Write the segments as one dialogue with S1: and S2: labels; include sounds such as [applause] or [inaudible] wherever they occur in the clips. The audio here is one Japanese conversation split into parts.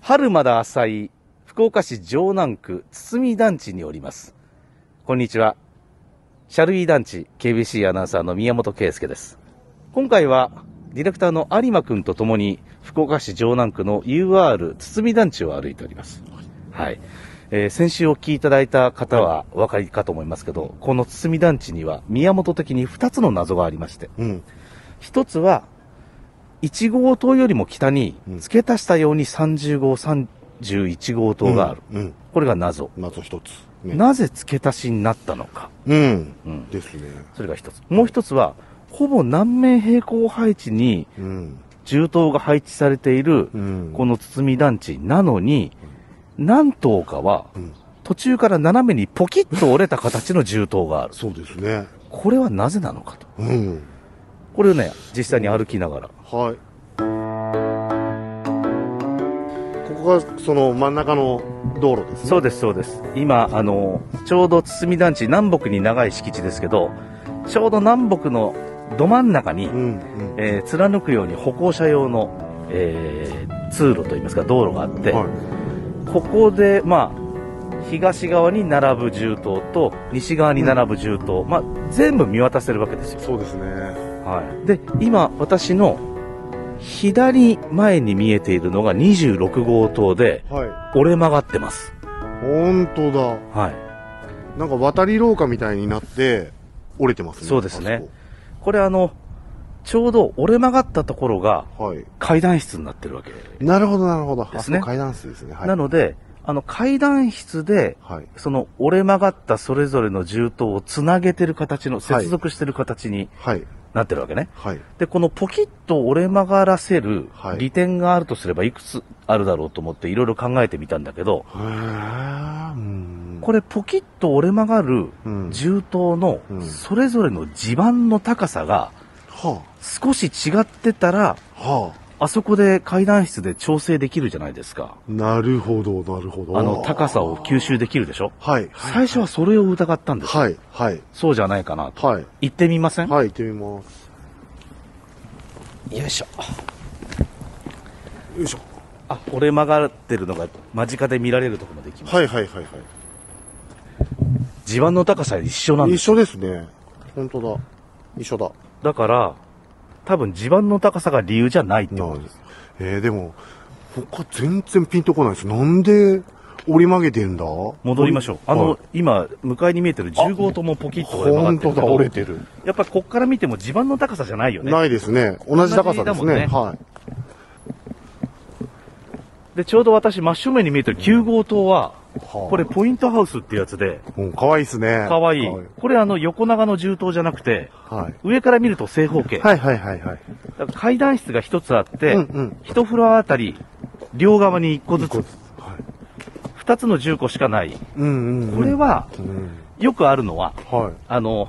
S1: 春まだ浅い福岡市城南区堤団地におります。こんにちは。シャルイー団地 KBC アナウンサーの宮本圭介です。今回はディレクターの有馬くんとともに福岡市城南区の UR 堤団地を歩いております。はい。えー先週お聞きいただいた方はお分かりかと思いますけど、この堤団地には宮本的に2つの謎がありまして、
S2: うん。
S1: 一つは、1号棟よりも北に
S2: うん
S1: 付け足したように30号、31号棟がある。
S2: うん。
S1: これが謎。
S2: まず一つ。ね
S1: なぜ付け足しになったのか。
S2: うん。
S1: うん。
S2: ですね。
S1: それが一つ。もう一つは、ほぼ南面平行配置に
S2: うん。
S1: 銃刀が配置されている
S2: う、ん。
S1: この堤団地なのに、何棟かは
S2: う、ん。
S1: 途中から斜めにポキッと折れた形の銃刀がある。
S2: そうですね。
S1: これはなぜなのかと。
S2: うん。
S1: これをね、実際に歩きながら。
S2: はい。ここがその真ん中の道路ですね。
S1: そうです、そうです。今、あの、ちょうど堤団地、南北に長い敷地ですけど、ちょうど南北のど真ん中に、
S2: うん。うん。
S1: えー貫くように歩行者用の、えー通路といいますか、道路があって、
S2: は
S1: ここで、まあ、東側に並ぶ銃刀と、西側に並ぶ銃刀、まあ、全部見渡せるわけですよ
S2: い。。そうですね。
S1: はい。で、今、私の左前に見えているのが26号棟で、
S2: はい。
S1: 折れ曲がってます。
S2: 本当だ。
S1: はい。
S2: なんか渡り廊下みたいになって折れてますね。
S1: そうですね
S2: あそ
S1: これあの、ちょうど折れ曲がったところが
S2: こ。はい。
S1: 階段室になってるわけ。
S2: なるほど、なるほど。
S1: で
S2: あ
S1: す
S2: そ
S1: ね
S2: こ階段室ですね。はい。
S1: なので、あの階段室で、
S2: はい。
S1: その折れ曲がったそれぞれの銃刀をつなげてる形の、接続してる形に
S2: はい。
S1: なってるわけね。
S2: はい。
S1: で、このポキッと折れ曲がらせる
S2: はい
S1: 利点があるとすればいくつあるだろうと思っていろいろ考えてみたんだけど、
S2: へーうん。
S1: これポキッと折れ曲がる
S2: うん。
S1: 銃刀の
S2: うん
S1: それぞれの地盤の高さが
S2: は
S1: 少し違ってたら、
S2: あ。はあ。
S1: あそこで階段室で調整できるじゃないですか。
S2: なるほど、なるほど。
S1: あの、高さを吸収できるでしょ
S2: はい。
S1: 最初はそれを疑ったんです。
S2: はい、はい、
S1: そうじゃないかなと。
S2: はい。
S1: 行ってみません
S2: はい、行ってみます。
S1: よいしょ。
S2: よいしょ。
S1: あ、折れ曲がってるのが間近で見られるところまで行きます。
S2: はい、はい、はい、
S1: 地盤の高さ一緒な
S2: は
S1: ん
S2: い。
S1: で
S2: 一
S1: す。
S2: 緒ですね。本当だ。一緒だ。
S1: だから、多分地盤の高さが理由じゃないってことです。
S2: えー、でも、他全然ピンとこないです。なんで折り曲げてんだ
S1: 戻りましょう。あの、
S2: はい
S1: 今、向かいに見えてる10号ともポキッと折れ曲が
S2: 本
S1: ってる
S2: 当
S1: け
S2: だ、
S1: ど。
S2: 折れてる。
S1: やっぱこっから見ても地盤の高さじゃないよね。
S2: ないですね。同じ高さですね。
S1: 同じだも
S2: はい。
S1: で、ちょうど私真正面に見えてる9号棟は、
S2: はあ
S1: これ、ポイントハウスっていうやつで、
S2: うん、かわいいですね。
S1: かわいい
S2: は。
S1: これあの横長の銃刀じゃなくて、
S2: はい。
S1: 上から見ると正方形。
S2: はい、はい、はい、はい。
S1: だから階段室が一つあって、
S2: うんうん
S1: 一フロアあたり、両側に一個ず
S2: 一個
S1: つ
S2: ず、つはい。
S1: 二つの銃庫しかない。
S2: うん、うん。
S1: これ
S2: は、
S1: は、
S2: うん。
S1: よくあるのは、
S2: はい。
S1: あの、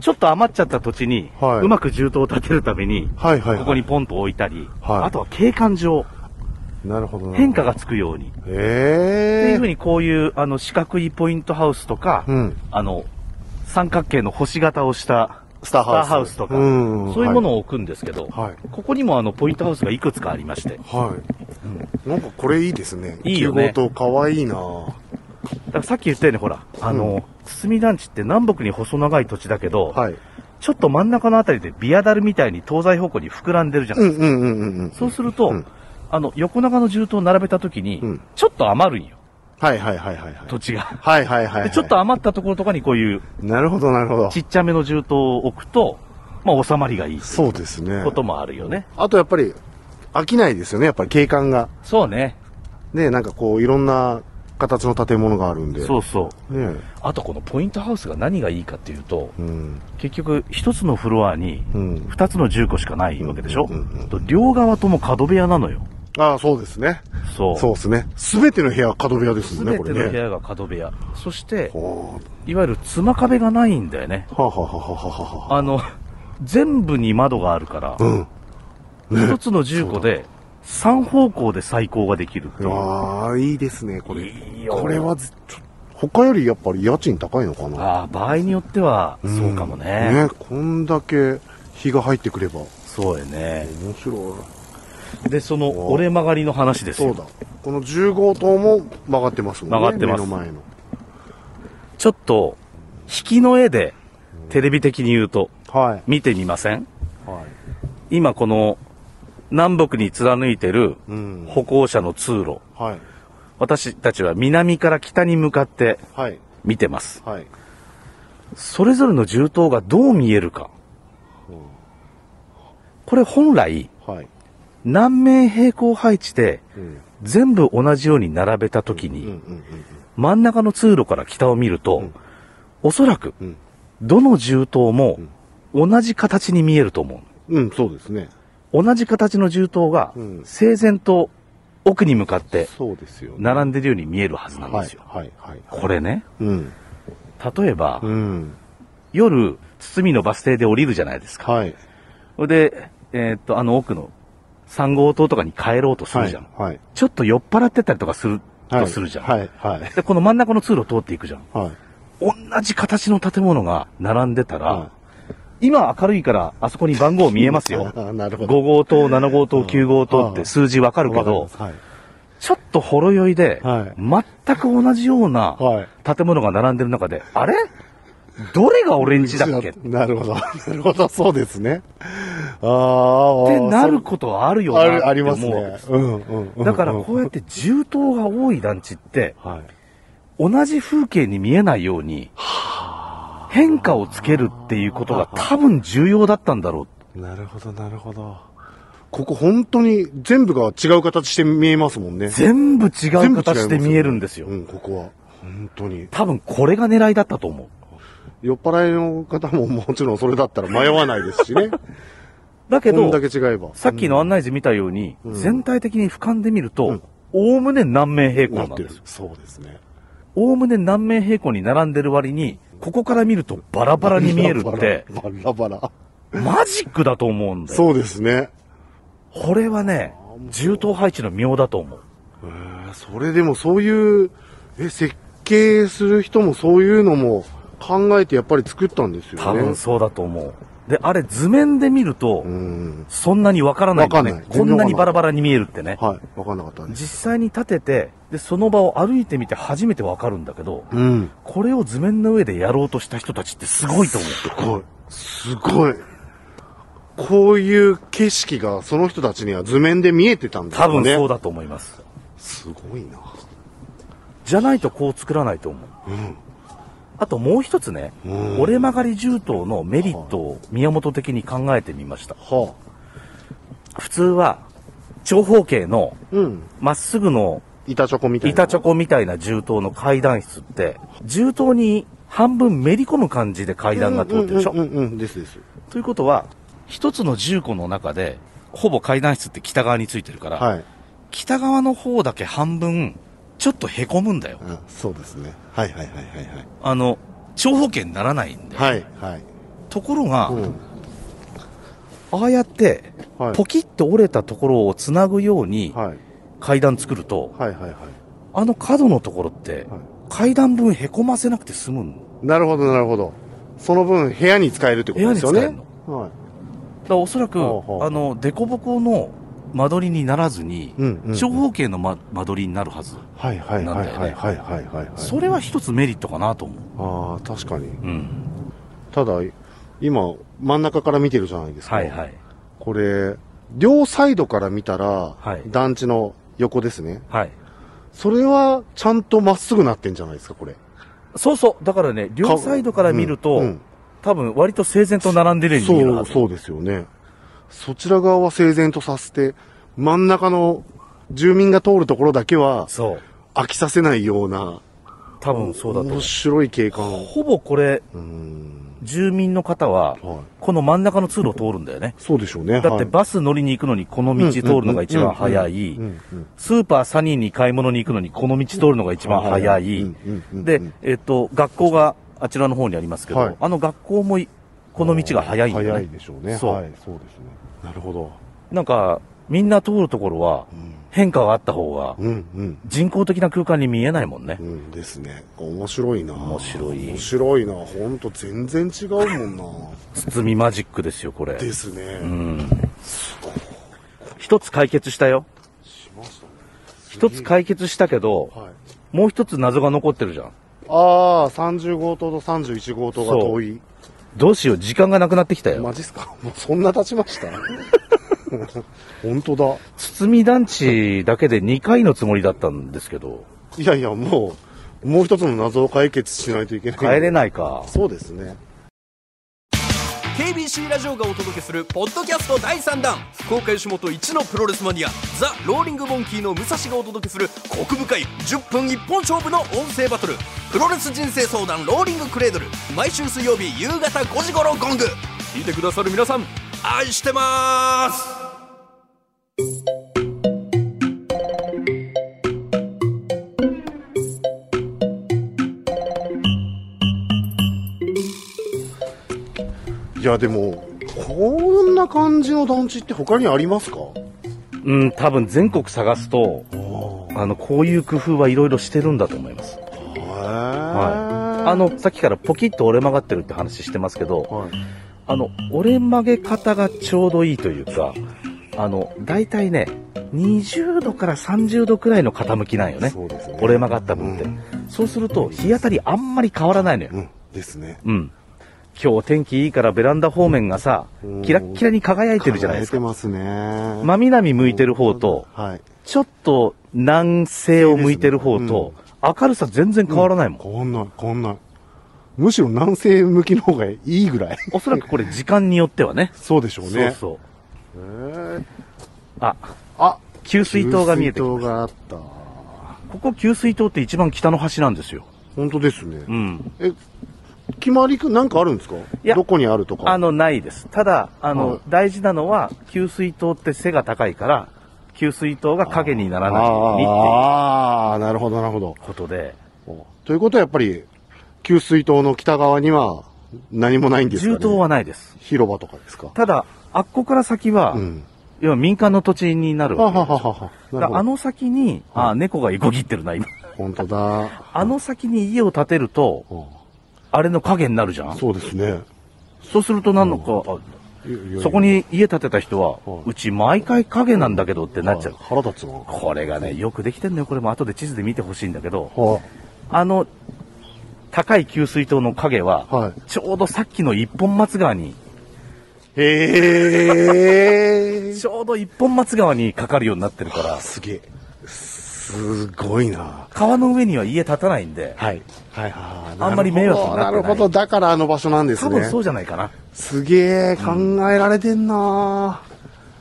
S1: ちょっと余っちゃった土地に、
S2: はいう
S1: まく銃刀を立てるために、
S2: はい、はい、はい。
S1: ここにポンと置いたり、
S2: はい
S1: あとは景観上、
S2: なるほどなるほど。
S1: 変化がつくように。って
S2: え
S1: い
S2: え
S1: うふうにこういう、あの、四角いポイントハウスとか、
S2: うん。
S1: あの、三角形の星型をした、
S2: スターハウス。
S1: とか、
S2: うん
S1: そういうものを置くんですけど、
S2: はい
S1: ここにもあの、ポイントハウスがいくつかありまして、
S2: はい。なんかこれいいですね。
S1: いいよね
S2: 9号棟かわいいな
S1: だからさっき言ったようにほら、あの、堤団地って南北に細長い土地だけど、
S2: はい。
S1: ちょっと真ん中のあたりでビアダルみたいに東西方向に膨らんでるじゃな
S2: う
S1: い、
S2: んうんうんうんうん。
S1: そうすると、
S2: うん
S1: あの、横長の銃刀を並べた時に、
S2: うん
S1: ちょっと余るんよ、
S2: はいはいはいはいはい。
S1: 土地が。
S2: はいはいはいはい。
S1: で、ちょっと。余ったところとかにこういう
S2: なるほどなるほど
S1: ち。っちゃめの銃刀を置くと、まあ収まりがいい
S2: そうですね
S1: こ。ともあるよね。
S2: あとやっぱり、飽きないですよね。やっぱり景観が。
S1: そうね。
S2: ね、なんかこう、いろんな形の建物があるんで。
S1: そうそう。
S2: う。ね
S1: あとこのポイントハウスが何がいいかっていうと、
S2: うん。
S1: 結局一つのフロアに
S2: うん。
S1: 二つの住戸しかないわけでしょ、
S2: うんうんうん
S1: と両側とも角部屋なのよ。
S2: ああ、そうですね。
S1: そう。
S2: そうですね。すべての部屋、角部屋です
S1: す
S2: もん
S1: べ
S2: ね、
S1: て
S2: こ
S1: の
S2: れ
S1: 部
S2: ね。
S1: 屋が角部屋。そして、
S2: は
S1: はいわゆる妻壁がないんだよね。
S2: あはあはあはあはあはあ。
S1: あの、全部に窓があるから、
S2: うん。
S1: 一つの住戸で三方向で最高ができるっていう。
S2: ああ、いいですね、これ。
S1: いいよ
S2: これはず、ちょ他よりやっぱり家賃高いのかな。
S1: ああ、場合によっては、
S2: ん
S1: そうかもね。
S2: ね、こんだけ日が入ってくれば。面
S1: そうやね。
S2: 白
S1: で、その折れ曲がりの話です
S2: そ
S1: よ
S2: うだ。この10号棟も曲がってますもんね。
S1: 曲がってます
S2: 目の前の。
S1: ちょっと、引きの絵で、テレビ的に言うと、
S2: はい。
S1: 見てみません
S2: は
S1: 今この、南北に貫いてる
S2: い。うん。
S1: 歩行者の通路。
S2: はい。
S1: 私たちは南から北に向かって
S2: はい。
S1: 見てます。
S2: はい。
S1: それぞれの銃刀がどう見えるか。これ本来、
S2: はい。
S1: 南面平行配置で
S2: うん。
S1: 全部同じように並べた時
S2: うん。うん。う
S1: に、
S2: ん
S1: 真ん中の通路から北を見ると、おそらく
S2: うん。
S1: どの銃刀も同じ形に見えると思う。
S2: うん。そうですね。
S1: 同じ形の銃刀が
S2: うん
S1: 整然と奥に向かって
S2: そうですよね。
S1: 並んでるように見えるはずなん
S2: は
S1: で
S2: い
S1: す。よ。
S2: はい。はい。
S1: これね、
S2: うん。
S1: 例えば、
S2: うん。
S1: 夜、堤のバス停で降りるじゃないですか。
S2: はい。
S1: それで、えーっと、あの奥の3号棟とかに帰ろうとす
S2: は
S1: る
S2: い
S1: じゃん。。
S2: はい。
S1: ちょっと酔っ払ってたりとかする、
S2: はい。
S1: とするじゃん。
S2: はい。はい。
S1: で、この真ん中の通路を通っていくじゃん。
S2: はい。
S1: 同じ形の建物が並んでたら、
S2: は。
S1: 今明るいからあそこに番号見えますよ
S2: [laughs] あなるほ
S1: 5
S2: ど。
S1: 号棟、7号棟、
S2: うん
S1: 9号棟っ
S2: う
S1: て
S2: ん
S1: 数字わかるけ
S2: わかり
S1: ど
S2: ます、はい。
S1: ちょっとほろ酔いで、
S2: はい
S1: 全く同じような
S2: はい。
S1: 建物が並んでる中で、あれどれがオレンジだっけっ
S2: なるほど。 [laughs] なるほど。そうですね。ああ。
S1: てなることはあるよな
S2: ある、
S1: っ
S2: あ
S1: て
S2: り
S1: 思
S2: ます
S1: うわけ
S2: ね
S1: で。す。
S2: うんうんうん。
S1: だからこうやって重灯が多い団地って、
S2: はい。
S1: 同じ風景に見えないように、変化をつけるっていうことが多分重要だったんだろう。
S2: なるほど、なるほど。ここ本当に全部が違う形して見えますもんね。
S1: 全部違う
S2: 全部違います
S1: 形で見えるんですよ
S2: う。ん、ここは。本当に。
S1: 多分これが狙いだったと思う。
S2: 酔っ払いの方ももちろんそれだったら迷わないですしね。
S1: だ [laughs] け
S2: こん
S1: ど
S2: だ、け違えば。
S1: さっきの案内図見たように、
S2: うん
S1: 全体的に俯瞰で見る
S2: う
S1: と
S2: ん、
S1: おおむね南面平行
S2: な
S1: な
S2: っ
S1: ん
S2: て
S1: で
S2: る
S1: すよ。。
S2: そうですね。
S1: おおむね南面平行に並んでる割に、ここから見るとバラバラに見えるって、
S2: バラバラ。
S1: マジックだと思うんだよ。
S2: そうですね。
S1: これはね、重刀配置の妙だと思う。
S2: えーそれでもそういう、え、設計する人もそういうのも考えてやっぱり作ったんですよね。
S1: 多分そうだと思う。で、あれ図面で見ると、
S2: うん。
S1: そんなにわからないんだ
S2: わかん
S1: ね
S2: ない。
S1: こんなにバラバラに見えるってね。
S2: はい。わかんなかったです。
S1: 実際に立てて、で、その場を歩いてみて初めてわかるんだけど、
S2: うん。
S1: これを図面の上でやろうとした人たちってすごいと思う。
S2: すごい。すごい。こういう景色がその人たちには図面で見えてたんだ
S1: 多
S2: ろ
S1: 分
S2: うね。
S1: そう
S2: だ。
S1: だと思います。
S2: すごいな。
S1: じゃないとこう作らないと思う。あともう一つね、
S2: うん
S1: 折れ曲がり銃刀のメリットを宮本的に考えてみました。
S2: は
S1: 普通は、長方形の
S2: あ。うん。
S1: まっすぐの
S2: 板チョコみたいな。
S1: 板チョコみたいな銃刀の階段室って、銃刀に半分めり込む感じで階段が通ってるでしょ、
S2: うんうんうんうん、ですです。
S1: ということは、一つの銃庫の中で、ほぼ階段室って北側についてるから、
S2: はい。
S1: 北側の方だけ半分、ちょっとへこむんだよ。
S2: あそうですね。はいはいはいはいはい。
S1: あの、長方形にならないんで。
S2: はいはい。
S1: ところが、
S2: うん。
S1: ああやって、
S2: はい。
S1: ポキッと折れたところをつなぐように
S2: はい。
S1: 階段作ると、
S2: はいはいはい。
S1: あの角のところって
S2: はい、
S1: 階段分へこませなくて済むの。
S2: なるほどなるほど。その分部屋に使えるってことですよね。
S1: 部屋に使
S2: は
S1: だ
S2: い。
S1: からおそらく、
S2: ほうほう
S1: あの、凸凹の間取りにならずに、
S2: うんうんうん
S1: 長方形の、ま、間取りになるはず。
S2: はいはいはいはいはいはいはいはい。
S1: それは一つメリットかなと思う。
S2: ああ、確かに。
S1: うん。
S2: ただ、今、真ん中から見てるじゃないですか。
S1: はいはい。
S2: これ、両サイドから見たら、
S1: はい
S2: 団地の横ですね。
S1: はい。
S2: それは、ちゃんとまっすぐなってんじゃないですか、これ。
S1: そうそう。だからね、両サイドから見ると、
S2: うんうん
S1: 多分割と整然と並んでるように見える
S2: そ
S1: は
S2: う、
S1: ず。
S2: そうですよね。そちら側は整然とさせて、真ん中の住民が通るところだけは、
S1: そう。
S2: 飽きさせないような、
S1: 多分そうだと思
S2: 面
S1: う。
S2: 白い景観を。
S1: ほぼこれ、
S2: うーん。
S1: 住民の方は、
S2: はい。
S1: この真ん中の通路を通るんだよね。
S2: そうでしょうね。
S1: だって
S2: は
S1: バス乗りに行くのにこの
S2: い
S1: 道通るのが一番早い
S2: うん。うんうん
S1: スーパーサニーに買い物に行くのにこの道通るのが一番早い。
S2: うんうんうんうん
S1: で、えっ、と、学校があちらの方にありますけど、
S2: はい
S1: あの学校もいこの道が早いんだよ
S2: 早
S1: ね
S2: い。でしょうね。
S1: そう
S2: はい、そうですね。なるほど。
S1: なんか、みんな通るところは
S2: うん
S1: 変化があった方が
S2: うんうん。
S1: 人工的な空間に見えないもんね
S2: う。んですね。面白いな。
S1: 面白い
S2: 面白いな。ほんと全然違うもんな。
S1: [laughs] 包みマジックですよ、これ。
S2: ですね。
S1: うん。一つ解決したよ。
S2: しましたね。
S1: 一つ解決したけど、
S2: はい。
S1: もう一つ謎が残ってるじゃん。
S2: ああ、30号棟と31号棟が遠い。
S1: どうしよう、時間がなくなってきたよ。
S2: マジっすかもうそんな経ち
S1: [laughs]
S2: ました本当だ。
S1: 堤団地だけで2回のつもりだったんですけど、
S2: いやいや、もう、もう一つの謎を解決しないといけない。
S1: 帰れないか。
S2: そうですね。
S3: KBC ラジオがお届けするポッドキャスト第3弾福岡吉本一のプロレスマニアザ・ローリング・モンキーの武蔵がお届けするコク深い10分一本勝負の音声バトルプロレス人生相談ローリングクレードル毎週水曜日夕方5時頃ゴング聞いてくださる皆さん愛してます
S2: いや、でも、こんな感じの団地って他にありますか
S1: うん、多分全国探すと、あの、こういう工夫はいろいろしてるんだと思います。
S2: へえ。
S1: はい。あの、さっきからポキッと折れ曲がってるって話してますけど、
S2: はい、
S1: あの、折れ曲げ方がちょうどいいというか、あの、大体ね、20度から30度くらいの傾きなんよね。
S2: そうですね。
S1: 折れ曲がった分って。
S2: うん
S1: そうすると、日当たりあんまり変わらないのよ。
S2: うん、ですね。
S1: うん。今日天気いいからベランダ方面がさ
S2: うん、
S1: キラッキラに輝いてるじゃないですか。
S2: 輝いてますね。
S1: 真南向いてる方と、
S2: はい。
S1: ちょっと南西を向いてる方と、明るさ全然変わらないもん。
S2: 変わんない、変わんない。むしろ南西向きの方がいいぐらい。
S1: おそらくこれ時間によってはね。
S2: そうでしょうね。
S1: そうそう。
S2: へえ
S1: あ、
S2: あ、
S1: 給水塔が見えてき
S2: 給
S1: ま
S2: 水
S1: し
S2: 塔
S1: た。
S2: があった。
S1: ここ給水塔って一番北の端なんですよ。
S2: 本当ですね
S1: う。ん。
S2: え、決まりく、なんかあるんですか
S1: や
S2: どこにあるとか。
S1: あの、ないです。ただ、あの、
S2: はい
S1: 大事なのは、給水塔って背が高いから、給水塔が影にならないようにって
S2: あーあー、なるほど、なるほど。
S1: いうことで、
S2: ということはやっぱり、給水塔の北側には何もないんですかね
S1: 銃刀はないです。
S2: 広場とかですか
S1: ただ、あっこから先は、
S2: うん。
S1: 要は民間の土地になる
S2: は
S1: わけ
S2: はは
S1: ですよ。
S2: はは。な
S1: だ
S2: る
S1: か
S2: ほ
S1: らあ
S2: ど。
S1: の先に、あ、猫がいこぎってるな、今。
S2: 本当だ。
S1: あの先に家を建てると、あれの影になるじゃん
S2: そうですね。
S1: そうすると何のか、
S2: いやいやいや
S1: あそこに家建てた人は
S2: はい、
S1: うち毎回影なんだけどってなっちゃう。
S2: 腹立つな。
S1: これがね、よくできてんのよ。これも後で地図で見てほしいんだけど、
S2: は
S1: あの、高い給水塔の影は、
S2: はい
S1: ちょうどさっきの一本松川に、
S2: へえ。
S1: ちょうど一本松川にかかるようになってるから、
S2: すげえ。すごいな。
S1: 川の上には家建たないんで、
S2: はい。はいはい。
S1: あんまり迷惑になってない
S2: るほど。だからあの場所なんです
S1: 多
S2: ね。
S1: 分そうじゃないかな。
S2: すげえ、考えられてんな、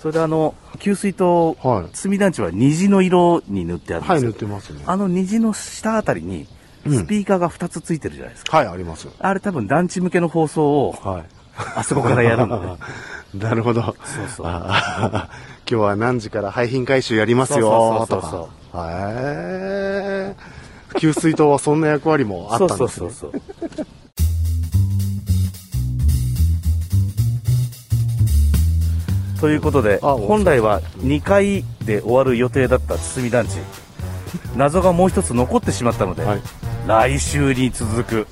S1: それであの、給水塔、
S2: はい
S1: 積み団地は虹の色に塗ってあるん
S2: は
S1: で
S2: い、
S1: すよ。
S2: 塗ってますね。
S1: あの虹の下あたりに、スピーカーが2つついてるじゃないですか。
S2: はい、あります。
S1: あれ多分団地向けの放送を、
S2: はい。
S1: あそこからやるんで。
S2: [laughs] なるほど。
S1: そうそう
S2: あー [laughs] 今日は何時から廃品回収やりますよ
S1: そうそう
S2: と
S1: そうそう
S2: か。へー給水塔はそんな役割もあった
S1: そ
S2: ん
S1: う
S2: です、
S1: そ
S2: ね、
S1: うそうそう。ということで、
S2: あお
S1: 本来は2回で終わる予定だった堤団地。謎がもう一つ残ってしまったので、
S2: はい
S1: 来週に続く